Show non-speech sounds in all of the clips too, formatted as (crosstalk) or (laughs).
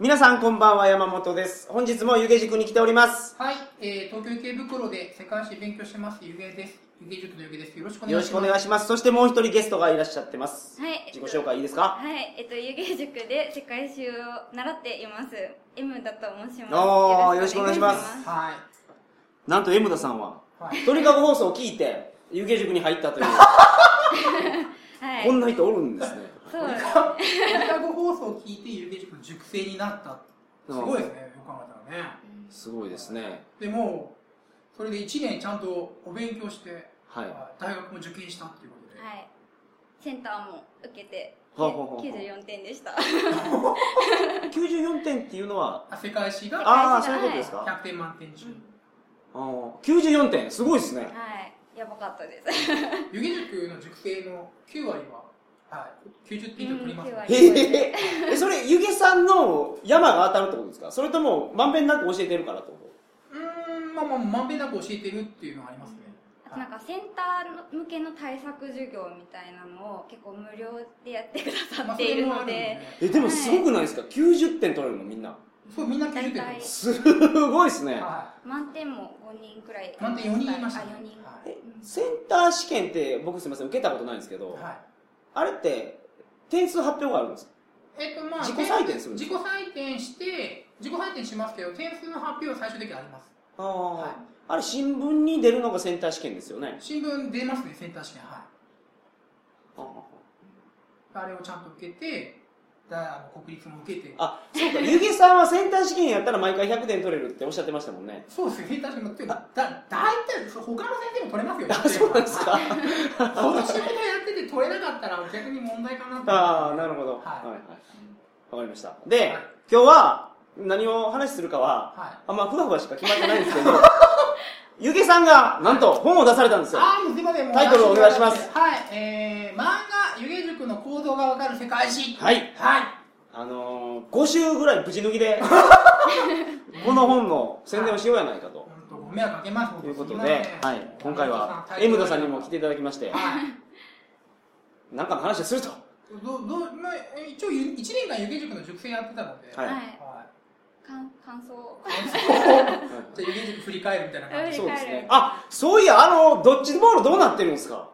皆さんこんばんは山本です本日も湯気塾に来ておりますはい、えー、東京池袋で世界史勉強してますゆげです。ゆげ塾のゆげです。よろしくおよ願いろししくまおす。願いしますそしてもう一人ゲストがいらっしゃってますはい自己紹介いいですかはい、えっと、湯気塾で世界史を習っています。M だと申します。おーよろしくお願いしまはい。なんと M 田さんははい。鳥かご放送を聞いて湯気塾に入ったというはい。こんな人おるんですねそうです。鳥かご放送を聞いてゆげ塾の塾生になった。すごいですね。よく考えたらね。すごいですねでも、それで1年ちゃんとお勉強して、はい大学も受験したっていうことで。はい。センターも受けて、ほうほうほうほう94点 (laughs) でした。 94点っていうのはあ世界史がああそういうことですか100点満点中。あー94点すごいですねはい。やばかったです。ゆげ塾の塾生の9割は、はい、90点以上取りますねうん9割へええそれ湯気さんの山が当たるってことですかそれともまんべんなく教えてるからってことうーん、まあまあ、まんべんなく教えてるっていうのはありますね。あとなんか、センター向けの対策授業みたいなのを結構無料でやってくださっているので、えでもすごくないですか、90点取れるのみんなそう、みんな90点大体です。すごいですねは満点も5人くらい。い。なんて4人いましたあ、ね。 4人。はえい。うんセンター試験って僕すみません受けたことないんですけど、はいあれって点数発表があるんですかえっと、まあ、自己採点するんで自す己か採点して、自己採点しますけど、点数の発表は最終的にあります。あ、はあれ新聞に出るのがセンター試験ですよねい。新聞出ますね、センター試験。はい。ああれをちゃんと受けて、だあの国立も受けて。あそうか湯気さんはセンター試験やったら毎回100点取れるっておっしゃってましたもんねそうですね、センター試験も。っていうか、だ、大体、そう他の先生も取れますよ。あそうなんですかその仕事やってて取れなかったら逆に問題かなと思って。ああなるほど、はいは。はいいわかりましたで、はい今日は何を話するかははい。あんまふわふわしか決まってないんですけどゆげさんがなんと本を出されたんですよはい、もうすいません。もうタイトルお願いしますはい、えー、漫画、湯気塾の構造がわかる世界史。。はいいはい。あのー、5週ぐらいぶち抜き (laughs) でこの本の宣伝をしようやないかと本当ご迷惑かけます。ということすませでん、はい、今回は M 田さんにも来て。いただきましてはい。何かの話をするとど、ど、まあ、え一応ゆ一年間湯気塾の塾生やってたので。はいはい。 (laughs) はかん感想。い。じゃあ湯気塾振り返るみたいな感じ。そうですねあそういやあのドッジボールどうなってるんですかも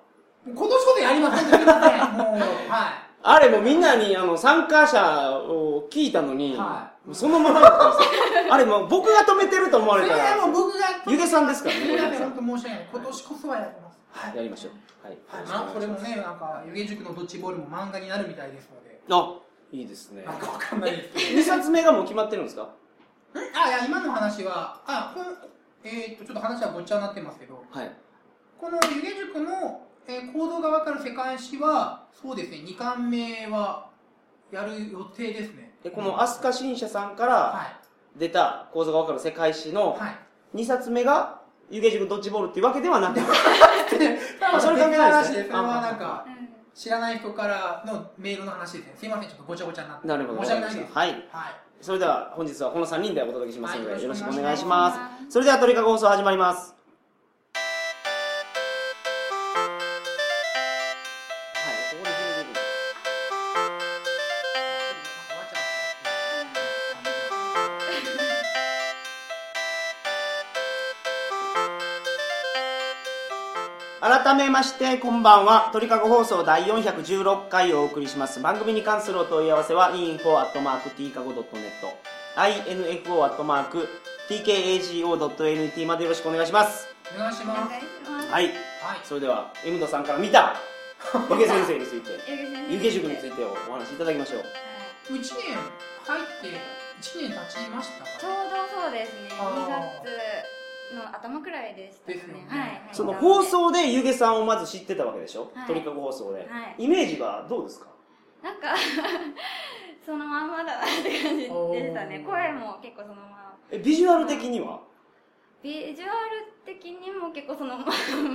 う今年こそやりません。すいませんもう、はあれもうみんなにあの参加者を聞いたのに、はもうそのままだったんですよ (laughs) あれもう僕が止めてると思わい。それれたらはもう僕が。ゆげさんですからねすいません、これ本当申し訳ない。今年こそはやります。はい。やりましょうはい、はい、よろしくお願まあ、いそしますれもね、なんか、湯気塾のドッジボールも漫画になるみたいですので、あいいですねなんかわかんないですけど。 2冊目がもう決まってるんですかんあ、いや、今の話は、あ、このえーっと、ちょっと話はごっちゃになってますけど、はいこの湯気塾の、えー行動がわかる世界史は、そうですね、2巻目は、やる予定ですね。でこの飛鳥新社さんからは出た講座がわかる世界史い。のはい。 2冊目が湯気塾ドッジボールっていうわけではなくあそれ関係別ないです話ねで、それはなんか、うん知らない人からのメールの話ですね。すいません、ちょっとごちゃごちゃになって。なるほど申し訳ないです。はいはい。それでは本日はこの3人でお届けしますので、はいよろよろししくくおお願願いいししまますすそれでは鳥かご放送始まりますはいここで決めていくんだ改めましてこんばんは鳥かご放送第416回をお送りします番組に関するお問い合わせは info.tkago.net info.tkago.net までよろしくお願いしますお願いしお願ます。いします。はいはい。それでは M 田さんから見 (laughs) た湯気先生について湯気先生湯気塾についてお話しいただきましょうはい1年入って1年経ちましたちょかうどそうですね。あー2月の頭くらいでしたかね。ですよねはい、はい。そのな放で送で湯気さんをまず知ってたわけでしょ、はい鳥かご放送で、はいイメージはどうですかなんか (laughs) そのまんまだなって感じでしたね。おー声も結構そのまま。えビジュアル的には、ビジュアル的にも結構そのまん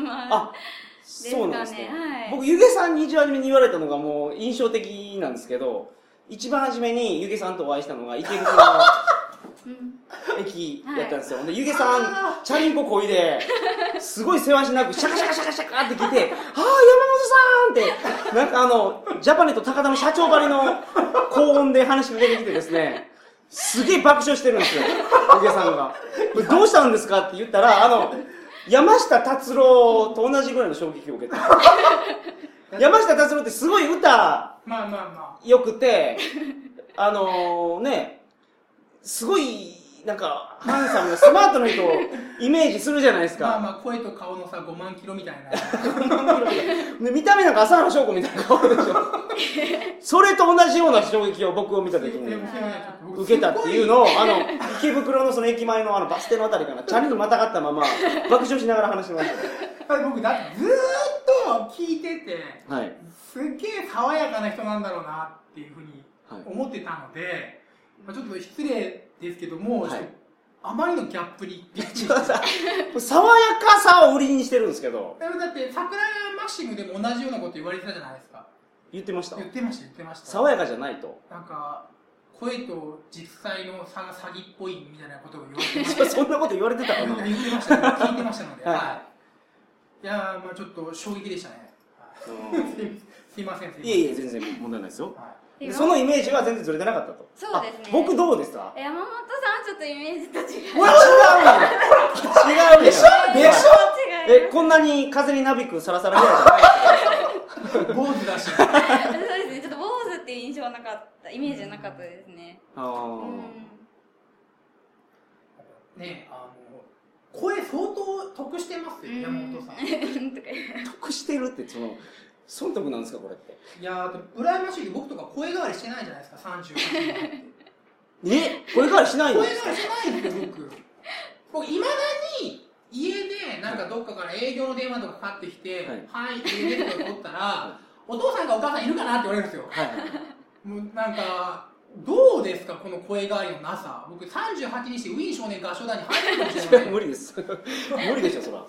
ま。あですそうなんかですねね。、はい。僕、ゆげさんに一番初めに言われたのがもう印象的なんですけど、一番初めにゆげさんとお会いしたのが池袋うん。の駅やったんですよ。で、ゆげさん、チャリンコこいで、すごいせわしなくシャカシャカシャカシャカって来て、あー、山本さんって、なんかあの、ジャパネット高田の社長ばりの高音で話しかけてきてですね、すげえ爆笑してるんですよ、おげさんが。これどうしたんですかって言ったら、あの、山下達郎と同じぐらいの衝撃を受けた。山下達郎ってすごい歌まあまあま良くて、あのね、すごい、なんか、ハンサムなスマートな人をイメージするじゃないですあ。まあか。まあ、声と顔の差5万キロみたいな。で見た目なんか朝原翔子みたいな顔でしょ。(laughs) それと同じような衝撃を僕を見た時に。受けたっていうを。のを、あの、池袋のその駅前のあのバス停のあたりかな、チャリにまたがったまま、爆笑しながら話してましあれ僕、だってずーっと聞いてて、た。はい。すっげえ爽やかな人なんだろうなっていうふうにはい思ってたので、まあ、ちょっと失礼ですけども、はいちょっとあまりのギャップにびっくり (laughs) ちしょっとた。さ、爽やかさを売りにしてるんですけど、だって、桜井マッシングでも同じようなこと言われてたじゃないですか。言ってました言ってました、言ってました。爽やかじゃないと。 (laughs) なんか、声と実際の差が詐欺っぽいみたいなことを言われてましちょそんなこと言われてたた。かな。言ってました、聞いてましたので。はいはい。いやー、まあちょっと衝撃でしたね。うんすいません、すいません。いえいえ、全然問題ないですよ。はいでそのイメージは全然ずれてなかったと。そうですねあ僕どうですか山本さんはちょっとイメージと違う違うよ (laughs) 違うよでしょでし違うえ、こんなに風になびくサラサラぐらいじゃない (laughs) 坊主だし。そうですねちょっと坊主っていう印象はなかったイメージはなかったですねあうーんねあの、声相当得してますよ、山本さん。い (laughs) うんとか言う得してるってその損得なんですかこれってやー、羨ましい。僕とか声変わりしてないじゃないですか、38になって。えこれからしない声のがしてないんですよ、僕。僕、いまだに、家で、なんかどっかから営業の電話とかかかってきて、はい、家でとか取ったら、お父さんかお母さんいるかなって言われるんですよ。はいはいもうなんか、どうですか、この声変わりのなさ。僕、38にしてウィーン少年合唱団に入るかもしれそなれ (laughs) い。無理です無理でしょそら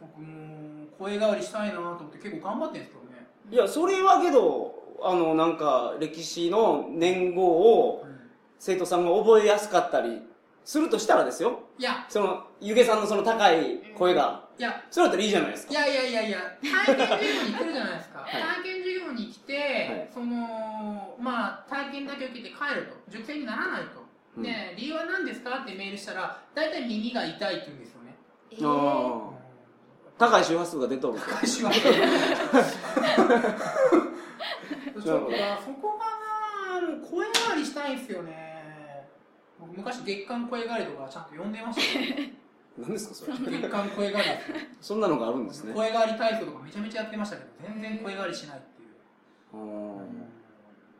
僕もう、声変わりしたいなと思って結構頑張ってるんですけどね。いやそれはけどあのなんか歴史の年号を生徒さんが覚えやすかったりするとしたらですよいや、そのゆげさんのその高い声がいや、それだったらいいじゃないですいかやいやいやいや、体験授業に来るじゃないですか。い体験授業に来て、いその、まあ、体験だけ受けて帰ると。受験にならないと。うんねえ理由は何ですかってメールしたら、大体耳が痛いって言うんですよね。えあーー高い周波数が出とる返しは。 (laughs) ちょっと、そこがな、もう声変わりしたいんですよね。僕昔、月刊声変わりとかちゃんと読んでましたよ、 (laughs) 何ですかそれ月刊声変わりですよそんなのがあるんですね声変わり体操とかめちゃめちゃやってましたけど、全然声変わりしないっていう。うー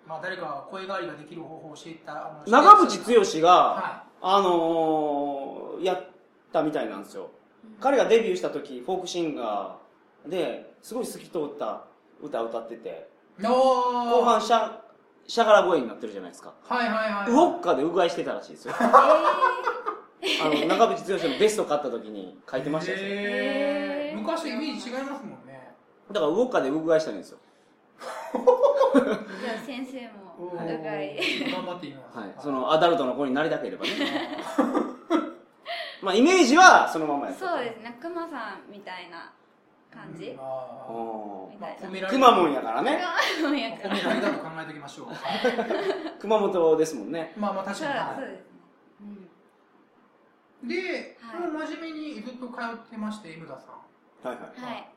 まあ誰か声変わりができる方法を教えたあのん長渕剛がはあのーやったみたいなんですようん彼がデビューした時フォークシンガーですごい透き通った歌を歌ってていおー後半しゃしゃがら声になってるじゃないですかはいはいはいウォッカでうがいしてたらしい (laughs) ですよあの中渕剛のベスト買った時に書いてましたよそれへへーー昔とイメージ違いますもんねだからウォッカでうがいしたんですよじゃあ先生もおーうがい頑張っていますはいそのアダルトの子になりたければね (laughs) まあイメージはそのままやったそうですね熊さんみたいな感じうんまうあみまたあい褒んめられなくまモンやからね熊のまあ役褒められたと考えておきま (laughs) しょう熊本ですもんねまあまあ確そうかそうですねうんにで、はいもう真面目にずっと通ってまして M 田さんはいはいはい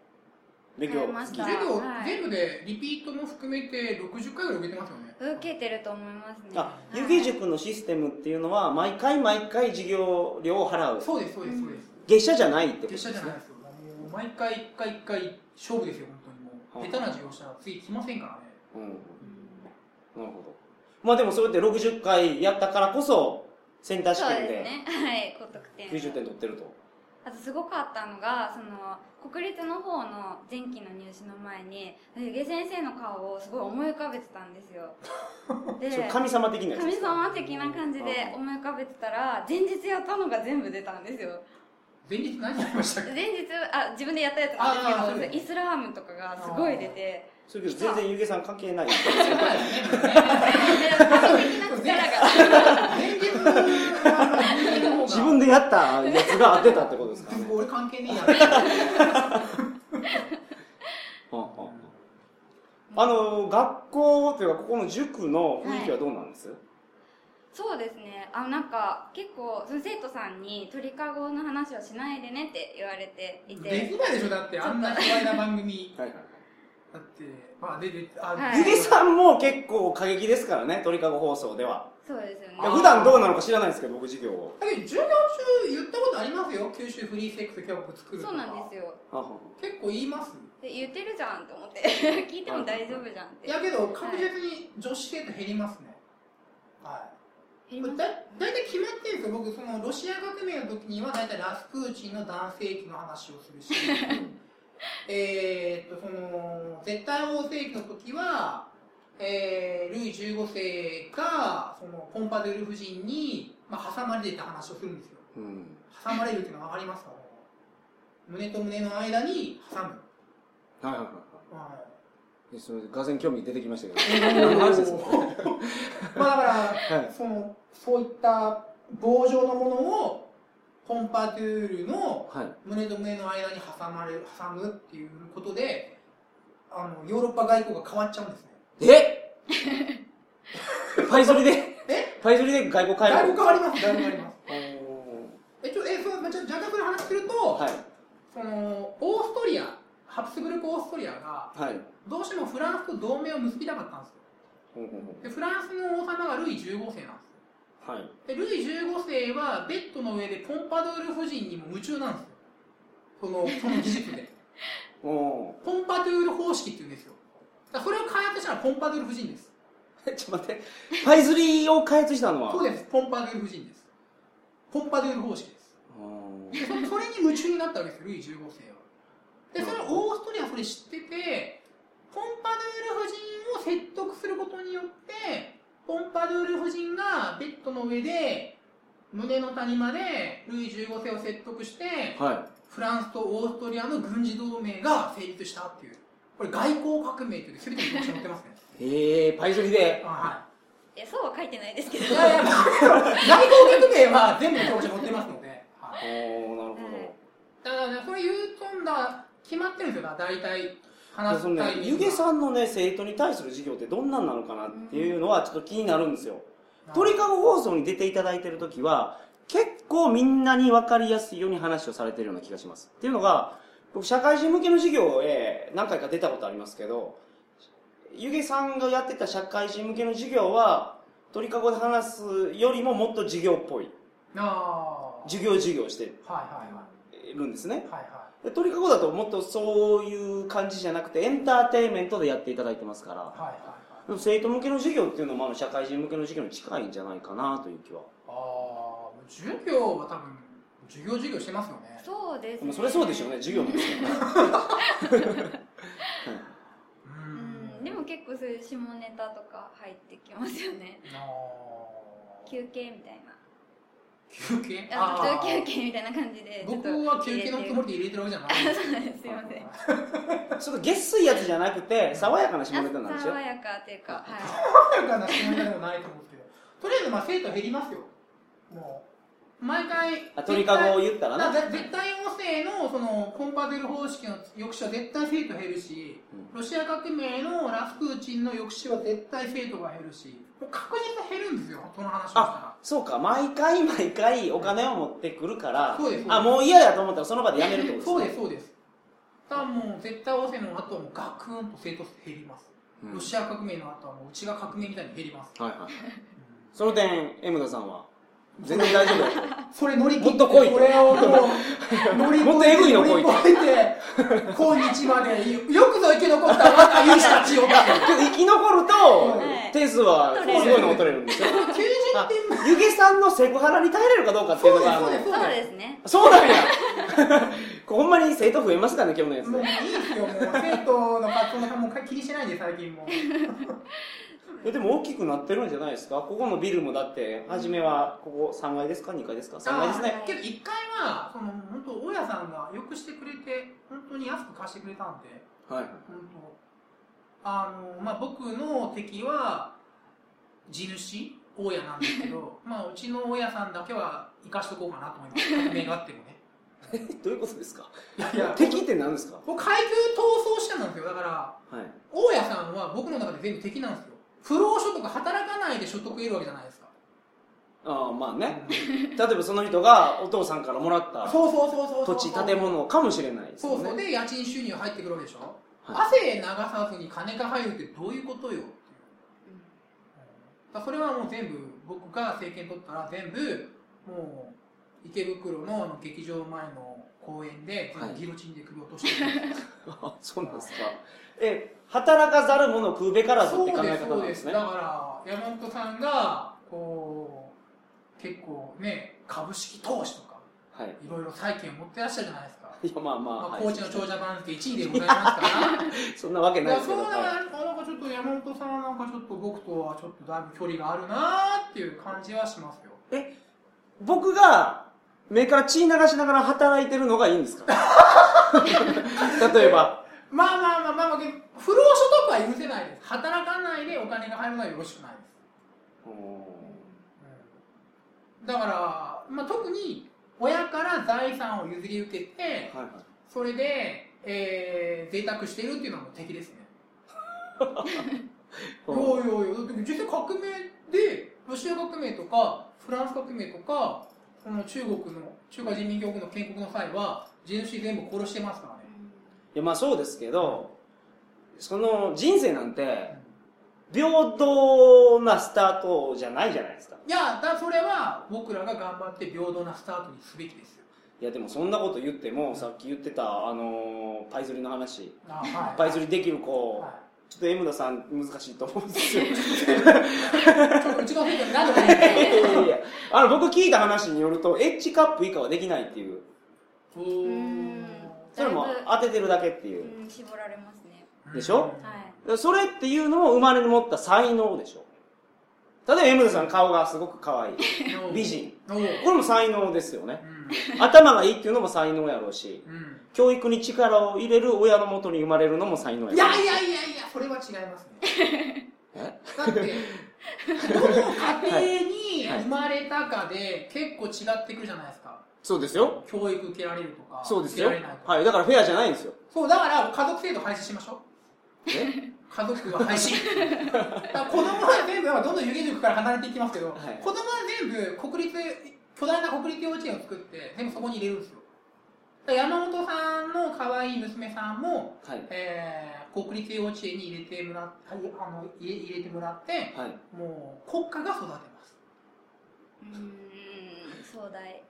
勉強変えました授業、はい全部でリピートも含めて60回ぐらい受けてますよね受けてると思いますねあはい湯気塾のシステムっていうのは毎回毎回授業料を払うそうですそうですそうです、月謝じゃないってことで月す謝ねじゃないですよ、もう毎回一回一回勝負ですよ、本当にもう、下手な授業したら次来ませんからね、うんうんなるほどまあでもそうやって60回やったからこそセンター試そう験ですでねはい高得点90点取ってるとあとすごかったのがその国立の方の前期の入試の前に湯気先生の顔をすごい思い浮かべてたんです (laughs) よでそれ神様的なやつで神すか様的な感じで思い浮かべてたら前日やったのが全部出たんですよ前日何やりましたっけ前日あ自分でやったやつなんあーですけどイスラームとかがすごい出てそういうけど全然湯気さん関係ない神的な力が前日の前日の方が (laughs) 自分でやったやつが合ってたってことですかね全部俺関係ねえやうんうんうんあの学校というかここの塾の雰囲気はどうなんです、そうですねあなんか結構その生徒さんに鳥かごの話はしないでねって言われていてできないでしょだってあんな卑猥な番組はいはいだってまあでであ、はいゆりさんんも結構過激ですからね、鳥かご放送では。そうですよねいや普段どうなのか知らないんですけど、僕授業を。だけど授業中言ったことありますよ九州フリーセックス教育作るとかそうなんですよ結構言いますで言ってるじゃんと思って聞いても大丈夫じゃんっていやけど確実に女子生徒減りますねはい減だりまだいたい決まってるんですよ僕そのロシア革命の時にはだいたいラスプーチンの男性器の話をするしえーっとその絶対王政期の時は、えールイ15世がそのポンパドゥール夫人に、まあ、挟まれてた話をするんですようん。挟まれるっていうのは分かりますか胸と胸の間に挟む、はいはいははいいで。それ、がぜ興味出てきましたけ何 (laughs) の話ですかまあだかど。はら、。その、そういった棒状のものを、ポンパドゥールのはい。胸と胸の間に挟まれる、挟むっていうことで、あの、ヨーロッパ外交が変わっちゃうんですね。 (laughs) えパイソリで、えパイソリで外交変だいえぶる変わります、だいぶ変わります。おえ、ちょ、え、そう、まあちょっと若干その話するーと、はい。その、オーストリア、ハプスブルクオーストリアが、はい。どうしてもフランスと同盟を結びたかったんですよ。ほうほうほで、フランスの王様がルイ15世なんですよ。うはい。でルイ15世はベッドの上でポンパドゥール夫人にも夢中なんですよそのその技術でおおポンパドゥール方式って言うんですよだからそれを開発したのはポンパドゥール夫人ですー。ちょっと待って。パイソリを開発したのはそうですポンパドゥール夫人ですポンパドゥール方式ですおでーそそれに夢中になったわけですよルイ15世はでそれをオーストリアはそれ知っててポンパドゥール夫人を説得することによってポンパドゥール夫人がベッドの上で胸の谷間でルイ15世を説得して、はフランスとオーストリアの軍事同盟が成立したっていう、これ、外交革命という、すべてに特徴載ってますね。い。へえー、パイソリで。はえそうは書いてないですけい、どいやいや、外交革命は全部の特徴載ってますので、はい、おおなるほはいだからね、それ言うとんだ、決まってるんですよ、大体、ど。話でそすのねタイ、ミンゆグがげさんのね、生徒に対する授業ってどんなんなのかなっていうのはちょっと気になるんですよ。鳥かご放送に出ていただいてる時は結構みんなに分かりやすいように話をされてるような気がしますっていうのが僕社会人向けの授業へ何回か出たことありますけどゆげさんがやってた社会人向けの授業は鳥かごで話すよりももっと授業っぽいあー授業授業してはいはいはるんですねい。はいはで鳥かごだともっとそういう感じじゃなくてエンターテインメントでやっていただいてますかいらはいはいでも生徒向けの授業っていうのもあの社会人向けの授業に近いんじゃないかなという気はあー授業は多分、授業授業してますよね。そうです、まね、あ、それそうでしょうね授業なんですよねううんんでも結構そういう下ネタとか入ってきますよねあー休憩みたいな休憩ああー途中休憩みたいな感じでちょっ僕とは休憩のつもりで入れてるわけじゃないです。そうなん (laughs) ですすいませんちょっとげっすいやつじゃなくて爽やかな下ネタなんでしょ爽やかっていうか、はい、爽やかな仕事でもないと思うんですけど、とりあえずまあ生徒減りますよ。もう毎回あ鳥かごを言ったらななぜ絶対音声のそのコンパベル方式の抑止は絶対生徒減るし、ロシア革命のラスプーチンの抑止は絶対生徒が減るし、もう確実に減るんですよ。その話をしたら。そうか毎回毎回お金を持ってくるからそうですあもう嫌やと思ったらその場でやめるってことです、ね、そうですそうです。だからもう絶対音声の後はもうガクンと生徒数減ります。うんロシア革命の後はもううちが革命みたいに減ります。はいはいその点江村さんは全然大丈夫だと (laughs) それ乗り切ってもっと来いとこれをも (laughs) う乗りもっとエグいの来いと乗り越えて今日までよよくぞ生き残った若い人たちを (laughs) ってけど生き残るとはい点数はすごいのを取れるんですよ90あ点湯気さんのセクハラに耐えれるかどうかっていうのがあの (laughs) そうですそうですねそうなんや (laughs) ほんまに生徒増えますからね今日のやつもうでいいですよもう生徒の活動なんかもう気にしてないんで最近もうえでも大きくなってるんじゃないですかここのビルもだって初めはここ3階ですか2階ですか3階ですねあーけど1階はその本当大家さんがよくしてくれて本当に安く貸してくれたんではい本当あのまあ僕の敵は地主大家なんですけ (laughs) どまあうちの大家さんだけは生かしとこうかなと思います革命があってもねえどういうことですかいやいい (laughs) やや敵って何ですか僕階級闘争してたんですよだからはい大家さんは僕の中で全部敵なんですよ不労所得働かないで所得得るわけじゃないですかああまあね例えばその人がお父さんからもらったそうそうそうそうそ土地う建物かもしれないですそようそうねで家賃収入入ってくるわけでしょ、は汗流さずに金が入るってどういうことよだからそれはもう全部僕が政権取ったら全部もう池袋のあの劇場前の公園で全部ギロチンで首を落としてる、 (laughs) あそうなんですかえ働かざる者食うべからずってそう考えです方そなうんでですすねだから山本さんがこう結構ね株式投資とかはいいろいろ債券持ってらっしゃるじゃないですか、いやまあまあ、まあ、はい高知の長者番付1位でございます (laughs) からそんなわけいないやですそけうど、だからはいなんかなんかちょっと山本さんはなんかちょっと僕とはちょっとだいぶ距離があるなーっていう感じはしますよ僕が目から血流しながら働いてるのがいいんですか (laughs) 例えばまあまあまあまあ、まあ、不労所得は許せないです働かないでお金が入るのはよろしくないです、だから、まあ、特に親から財産を譲り受けてはいはいそれで、えー、贅沢してるっていうのはもう敵ですねいやいやいや、だって実際革命で、ロシア革命とか、フランス革命とか、この中国の、中華人民共和国の建国の際は、地主全部殺してますからね。いやまあそうですけど、その人生なんて平等なスタートじゃないじゃないですかいや、だそれは僕らが頑張って平等なスタートにすべきですよ。いやでもそんなこと言ってもさっき言ってたあのーパイ釣りの話あはパイ釣りできる子、はちょっと M 田さん難しいと思うん (laughs) ですよいいちょっとうちの生徒に何度か言ってやいやいやあの僕聞いた話によるとエッジカップ以下はできないっていうおうーんそれもだいぶ当ててるだけっていううん絞られますねでしょはいそれっていうのも生まれ持った才能でしょ例えば M 田さん顔がすごく可愛いうん美人おーこれも才能ですよ (laughs) ねうん頭がいいっていうのも才能やろうしうん教育に力を入れる親のもとに生まれるのも才能やろういやいやいやいや、それは違いますね。 (laughs) えだって、どの家庭に生まれたかで結構違ってくるじゃないですか。そうですよ教育受けられるとか、そうですよ受けられないとか。はいだからフェアじゃないんですよそう、だから家族制度廃止しましょえう。家族は廃止。 (laughs) だから子供は全部、どんどん湯気塾から離れていきますけど、はい子供は全部国立、巨大な国立幼稚園を作って、全部そこに入れるんですよ。だから山本さんの可愛い娘さんも、はいえー国立幼稚園に入れてもらって、はいあの入れ入れてもらって、はいもう国家が育てます。うん壮大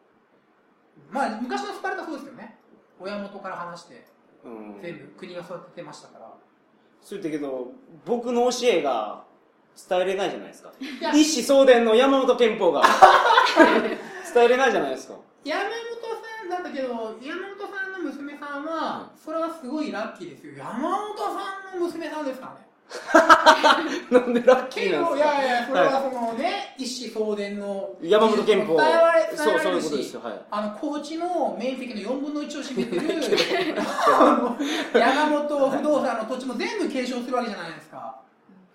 まあ、昔のスパルタそうですよね。親元から話して、うん全部国が育ててましたから。そう言ったけど僕の教えが伝えれないじゃないですかいや一子相伝の山本憲法が伝えれないじゃないですか山本さんだったけど、山本さんの娘さんは、それはすごいラッキーですよ。山本さんの娘さんですからね。なんでラッキけーなんど、でいすかやいや、それはそのね、一子相伝の。山本憲法伝えられ伝えそうらそうれいうるしことですよはいあの高知の面積の4分の1を占めて (laughs) る山本不動産の土地も全部継承するわけじゃないですか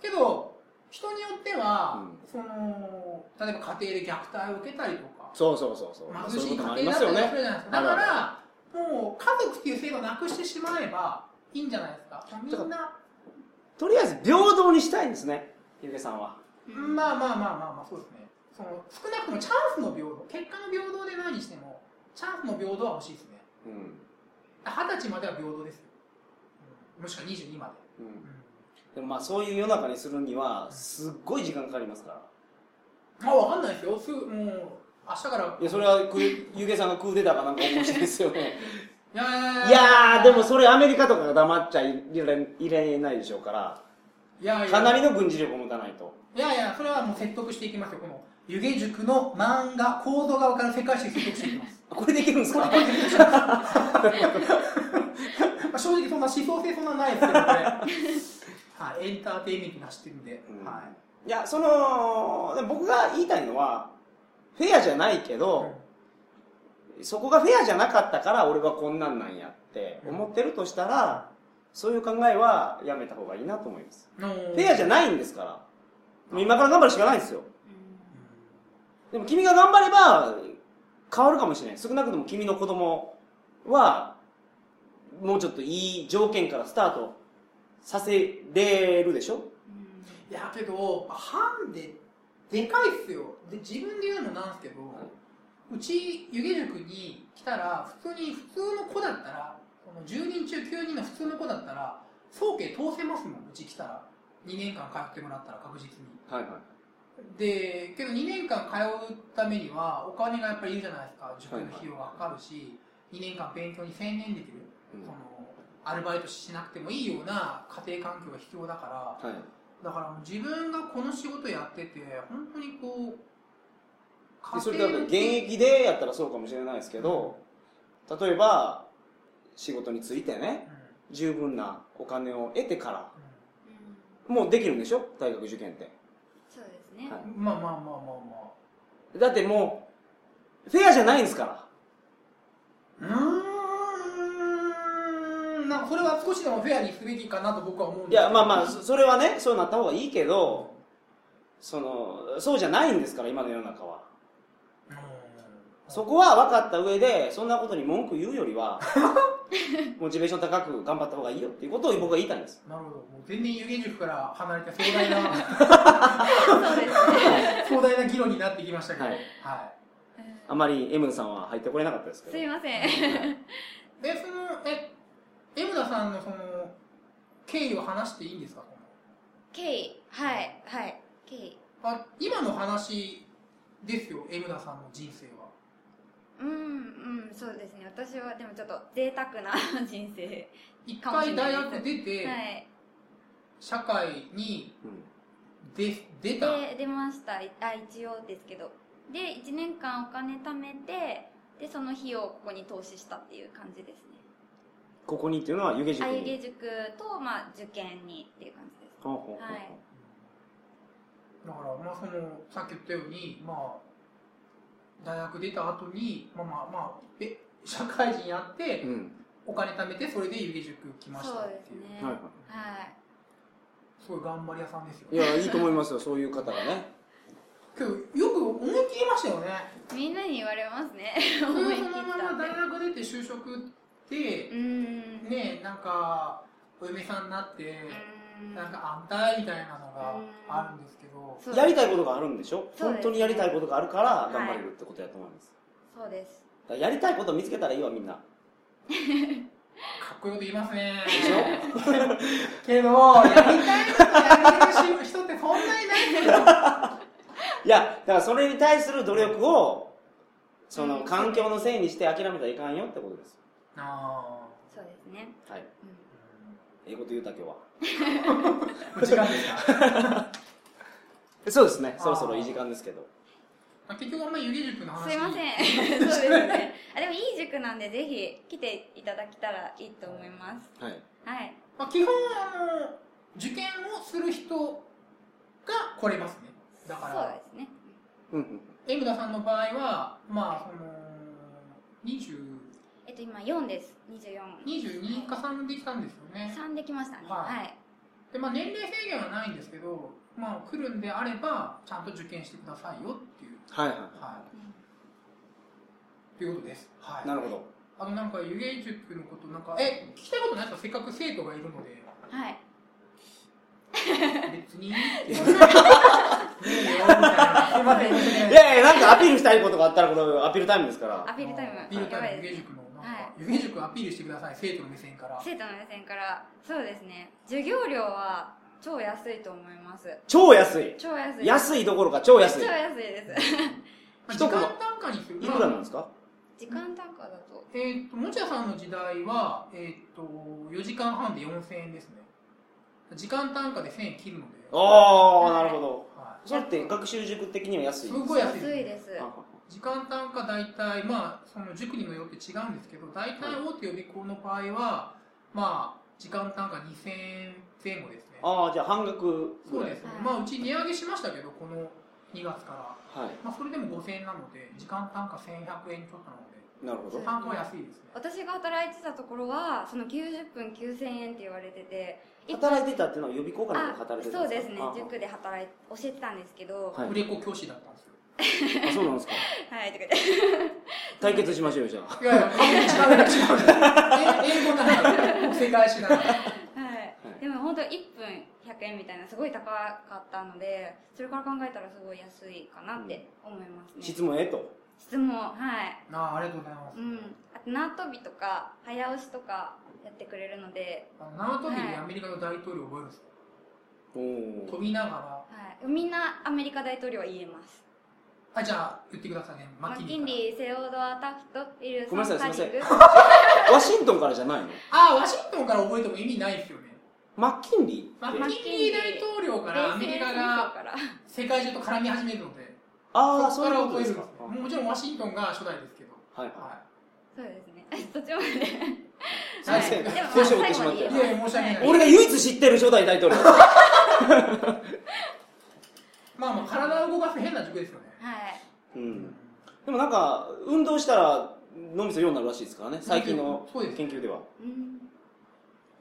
けど人によっては、うんその例えば家庭で虐待を受けたりとかそうそうそうそう貧そういしういこともあ家りま庭すだったよりするじゃないねですかだからもう家族っていう制度をなくしてしまえばいいんじゃないですかみんなとりあえず平等にしたいんですねゆうけさんはうんまあまあまあまあまあそうですねその少なくともチャンスの平等結果の平等でないにしてもチャンスの平等は欲しいですねうん二十歳までは平等ですよ、もしくは22まうんで、でもまあそういう世の中にするにはすっごい時間かかりますからまあ分かんないですよすぐもう明日からいやそれはくゆげさんがクーデターかなんか起こしてですよ (laughs) ねいやーいやーでもそれアメリカとかが黙っちゃいれいれないでしょうからいやいやかなりの軍事力を持たないといやいやそれはもう説得していきますよこの湯気塾の漫画構造が分かる世界史に説得していきま (laughs) すあこれできるんですかまあ正直そんな思想性そんなないですけどこれ (laughs) はいエンターテインメントに走ってるんで、うんはいやそので僕が言いたいのはフェアじゃないけい、ど、そこがフェアじゃなかったから俺はこんなんなんやって思ってるとしたら、そういう考えはやめた方がいいなと思います。のフェアじゃゃないんですから。もう今から頑張るしかないんですよ。うんでも君が頑張れば変わるかもしれない。少なくとも君の子供は、もうちょっといい条件からスタートさせれるでしょうんいやけどハンデっでかいっすよで自分で言うのもなんですけど、うち湯気塾に来たら普通に普通の子だったらこの10人中9人の普通の子だったら総計通せますもんうち来たら2年間通ってもらったら確実にはいはい。でけど2年間通うためにはお金がやっぱりいるじゃないですか塾の費用がかかるし、2年間勉強に専念できる、うんそのアルバイトしなくてもいいような家庭環境が必要だからはい。だからもう自分がこの仕事やってて本当にこでうそれ多分現の役でやったらそうかもしれないですけど、例えば仕事についてね十分なお金を得てからうんもうできるんでしょ大学受験ってそうですね、はうんうんまあまあまあまあまあだってもうフェアじゃないんですからうーんなんかそれは少しでもフェアにすべきかなと僕は思うんいですけどやまあまあそそれはねそうなった方がいいけどそのそうじゃないんですから今の世の中はうんそこは分かった上でそんなことに文句言うより (laughs) はモチベーション高く頑張った方がいいよっていうことを僕は言いたいんですなるほどもう全然湯気塾から離れた壮 (laughs) 大なそうですね壮大な議論になってきましたけどははいい、あまり M さんは入ってこれなかったですけどすいませんはいでそのえ江村さんのその経緯を話していいんですかこの K はいはい K あ今の話ですよ江村さんの人生はうんうんそうですね私はでもちょっと贅沢な人生一かもしれ回な大いです学出て、はい社会にうん出出た、で出ましたいあ一応ですけどで1年間お金貯めてでその費用をここに投資したっていう感じですねここにっていうのは湯気塾あゆにげ塾と、まあ、受験にっていう感じですほうほうほうほうはいだからまあそのさっき言ったようにまあ大学出た後にまあまあまあえ社会人やって、うんお金貯めてそれで湯気塾来ましたそうっですていうねはいははいすごい頑張り屋さんですよいいねやいいと思いますよそういう方がねけどよく思い切りましたよねみんなに言われますねそ思のい切っまたまんで大学出て就職ってう、んねなんかお嫁さんになって、うんなんか安泰みたいなのがあるんですけど、そうやりたいことがあるんでしょそうで本す当にやりたいことがあるから頑張れるってことやと思います、そうですだからやりたいことを見つけたらいいわみんなかっこよく言いますねでしょ (laughs) けどやりたいことやれる人ってそんなにない (laughs) ですよいやだからそれに対する努力をそのうん環境のせいにして諦めたらいかんよってことですあそうですね、はいうんええこと言うた今日はあ時間ですか (laughs) そうですねあーそろそろいい時間ですけどまあ結局あんまり湯気塾の話すいません (laughs) そうですねあでもいい塾なんでぜひ来ていただけたらいいと思いますはいはいまあ、基本あの受験をする人が来れますねだかそうらですねうんうん江村さんの場合はまあその20えっと今4です24 22か3できたんですよね3できましたねはいはいで、まあ、年齢制限はないんですけど、まあ、来るんであればちゃんと受験してくださいよっていうはいはいははうんいということですはいいなるほどあのなんか湯気塾のことなんかえ聞きたいことないですかせっかく生徒がいる (laughs) のではい別にねえよみたいなすいません申し訳ないいやいやなんかアピールしたいことがあったらこれアピールタイムですからアピールタイムアピールタイやばいム、で湯す気塾の、ねなんか、は湯気塾アピールしてください、生徒の目線 (laughs) から。生徒の目線からそうですね授業料は超安いと思います超安い超安い安いどころか超安い超安いですまあ一時コマ間単価にする。いくらなんまであすか時間単価だとえーっと、もちゃさんの時代は、えーっと、4時間半で4000円ですね。時間単価で1000円切るので、ああなるほどはそれって学習塾的には安い、いすごい安い安いす。ですあはは時間単価大体、まあ、その塾にもよって違うんですけど、大体大手予備校の場合は、まあ、時間単価2000円前後ですね。ああじゃあ半額ぐそうらいですね。まあ、うち値上げしましたけど、この2月から。はいまあ、それでも5000円なので、時間単価1100円ちょっとなので、なるほどそう単価は安いですね。私が働いてたところはその90分9000円って言われてて働いてたっていうのは予備校かなんあかで働いてたそんうでですすかね塾で働い教えてたんですけどはい売れっ子教師だったんですよ。ああそうなんですかはい、とか言って。対決しましょうよじゃあいやいや、違う違う違う。え英語なら、正解しながら。はい。でも本当一1分100円みたいなすごい高かったのでそれから考えたらすごい安いかなって思いますね、質問ええと。質問はいああありがとうございます、うんあと縄跳びとか早押しとかやってくれるので、あの縄跳びでアメリカの大統領覚えるんですよ、おー飛びながはい、みんなアメリカ大統領は言えますらあじゃあ言ってくださいねママッキッンリーキンリーセオドア・タフトウィルソン・ごめんなカさいリすいませンんグワシントンからじゃないのああワシントンから覚えても意味ないですよねマッキンリマーっッてま。キンリー大統領からアメリカがから世界中と絡み始めるのでああ、そそこういからうこと覚でえるんすでかす。ねもちろんワシントンが初代ですけどはいはい。はそうですね途中までいすいません少し追ってしまって最い後まで言えばやいや申し訳ないは俺が唯一知ってる初代大統領。まあまあ体を動かす変な塾ですよねはいうん。でもなんか、運動したら脳みそようになるらしいですからね、最近のそうです研究では。うん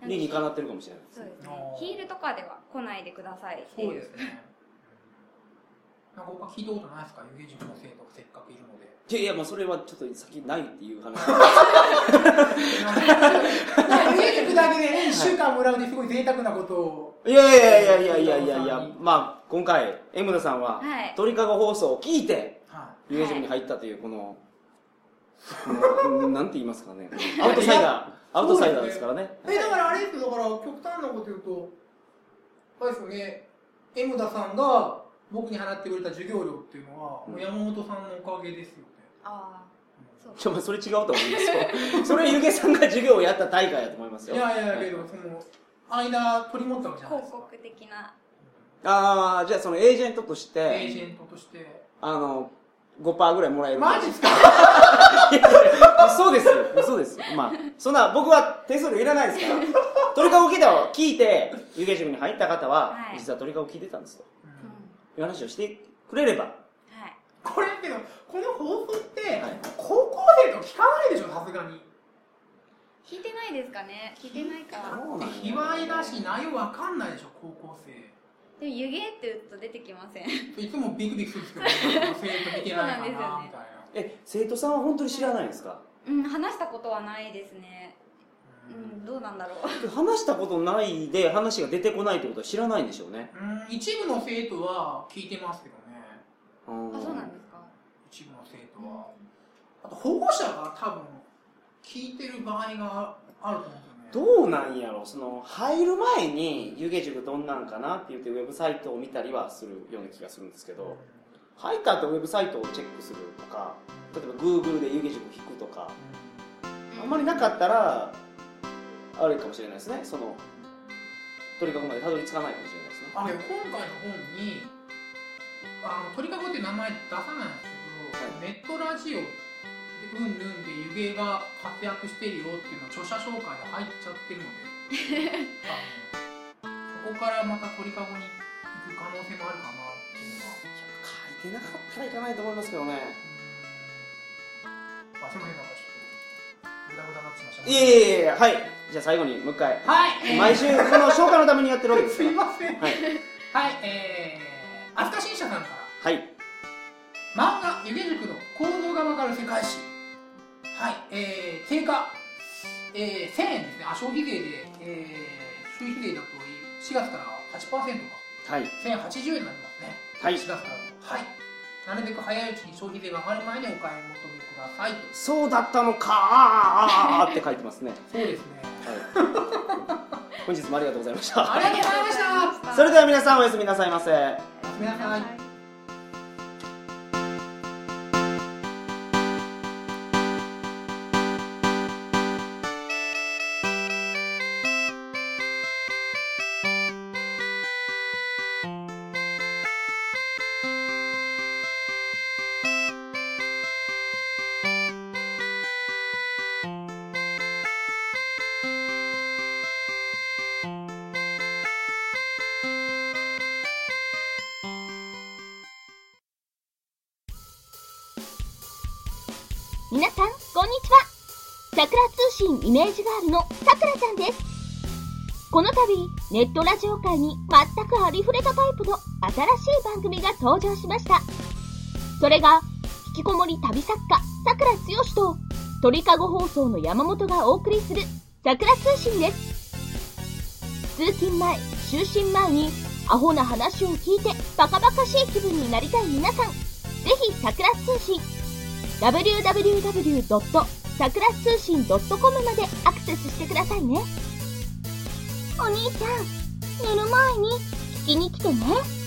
理にかなってるかもしれないですそうね。ですねヒールとかでは来ないでくださいってそういでうすねなんか他聞いたことないですか有言塾の生徒がせっかくいるので (laughs) いやいや、まあそれはちょっと先ないっていう話。有言塾だけでね1週間もらうですごい贅沢なことをいやいやいやいやいやいやいや、まあ今回、エムダさんははい、鳥かご放送を聞いて、は遊園地に入ったという、この、このなんて言いますかね、アウトサイいダー、アウトサイダーですからね。いえだからあれですよだから極端なこと言うとあれですよねエムダさんが僕に払ってくれた授業料っていうのは、もう山本さんのおかげですよねああそうちょ、まあそれ違うと思いますよ。それ、ゆげさんが授業をやった大会やと思いますいよ。やいやいやけどその間取り持ったわけじゃないで広すか告的なああ、じゃあそのエージェントとしエてー、ジェントとしてあの、5%ぐらいもらえる。マジっすかそうですよ。そうですよ。まあ、そんな、僕は手数料いらないですから。鳥かご聞いたを聞いて、有限塾に入った方は、はい実は鳥かご聞いてたんですと。うんいう話をしてくれれば。はいこれけどこの放送ってはい高校生と聞かないでしょさすがに聞いてないですかね聞いてないかそうなんや卑猥だし内容わかんないでしょ高校生でも湯気って打つと出てきませんいつもビクビクするんですけどね生徒見てないかなみたいそうなんなですえ、生徒さんは本当に知らないんですかうん話したことはないですねううんんどうなんだろう話したことないで話が出てこないってことは知らないんでしょうね。うん一部の生徒は聞いてますけどねああそうなんですすか一部の生徒はあと保護者が多分聞いてる場合があると思うんですよねどうなんやろその、入る前に、湯気塾どんなんかなって言ってウェブサイトを見たりはするような気がするんですけど、入った後ウェブサイトをチェックするとか、例えば Google で湯気塾引くとか、あんまりなかったら、あれかもしれないですね。その、鳥かごまでたどり着かないかもしれないですね。あでも今回の本にあの鳥かごっていう名前出さないんですけど、ネットラジオでうんぬんで湯気が活躍してるよっていうのは著者紹介で入っちゃってるのであのそこからまた鳥かごに行く可能性もあるかなっていうのは、書いてなかったらいかないと思いますけどね。うん、あすいませんなんかちょっとグダグダになってしまいましたいえいえいえ、はい。じゃあ最後にもう一回。はい、えー毎週この消化のためにやってるわけですすか (laughs) いら。ませんはい。はいえー、飛鳥新社さんからはい。漫画「湯気塾の行動がわかる世界史」はいえー、定価、えー、1000円ですねあ消費税で、えー、消費税だと4月から8%かはい。 1080円になりますねはい4月からはいなるべく早いうちに消費税が上がる前にお買い求めくださいとそうだったのかあーあーあーって書いてますね。そうですねはい。本日もありがとうございまし (laughs) あた。りがとうございましたそれでは皆さんおやすみなさいませ。おやすみなさい皆さんこんにちはさくら通信イメージガールのさくらちゃんですこの度ネットラジオ界に全くありふれたタイプの新しい番組が登場しましたそれが引きこもり旅作家さくらつよしと鳥かご放送の山本がお送りするさくら通信です通勤前、就寝前にアホな話を聞いてバカバカしい気分になりたい皆さん、ぜひ桜通信 www. 桜通信 .com までアクセスしてくださいね。お兄ちゃん、寝る前に聞きに来てね。